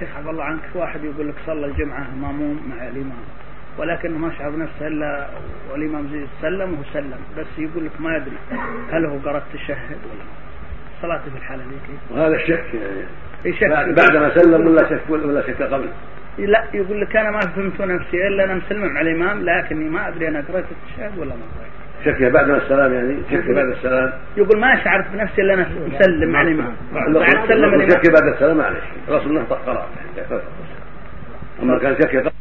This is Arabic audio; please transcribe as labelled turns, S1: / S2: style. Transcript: S1: شيخ عبد الله عنك واحد يقول لك صلى الجمعة ماموم مع الإمام ولكنه ما شعر بنفسه إلا والإمام زي سلم وهو سلم بس يقول لك ما يدري هل هو قرأ التشهد ولا صلاته في الحالة ذي كيف؟
S2: وهذا الشك يعني
S1: إيه شك
S2: بعد, بعد ما سلم ولا شك ولا شك قبل
S1: لا يقول لك أنا ما فهمت نفسي إلا أنا مسلم مع الإمام لكني ما أدري أنا قرأت التشهد ولا ما قرأت
S2: شك بعد ما السلام يعني شك بعد السلام
S1: يقول ما شعرت بنفسي إلا أنا مسلم مع الإمام بعد سلم الإمام
S2: شك بعد السلام معلش الرسول انه قرأ أما كان شك قبل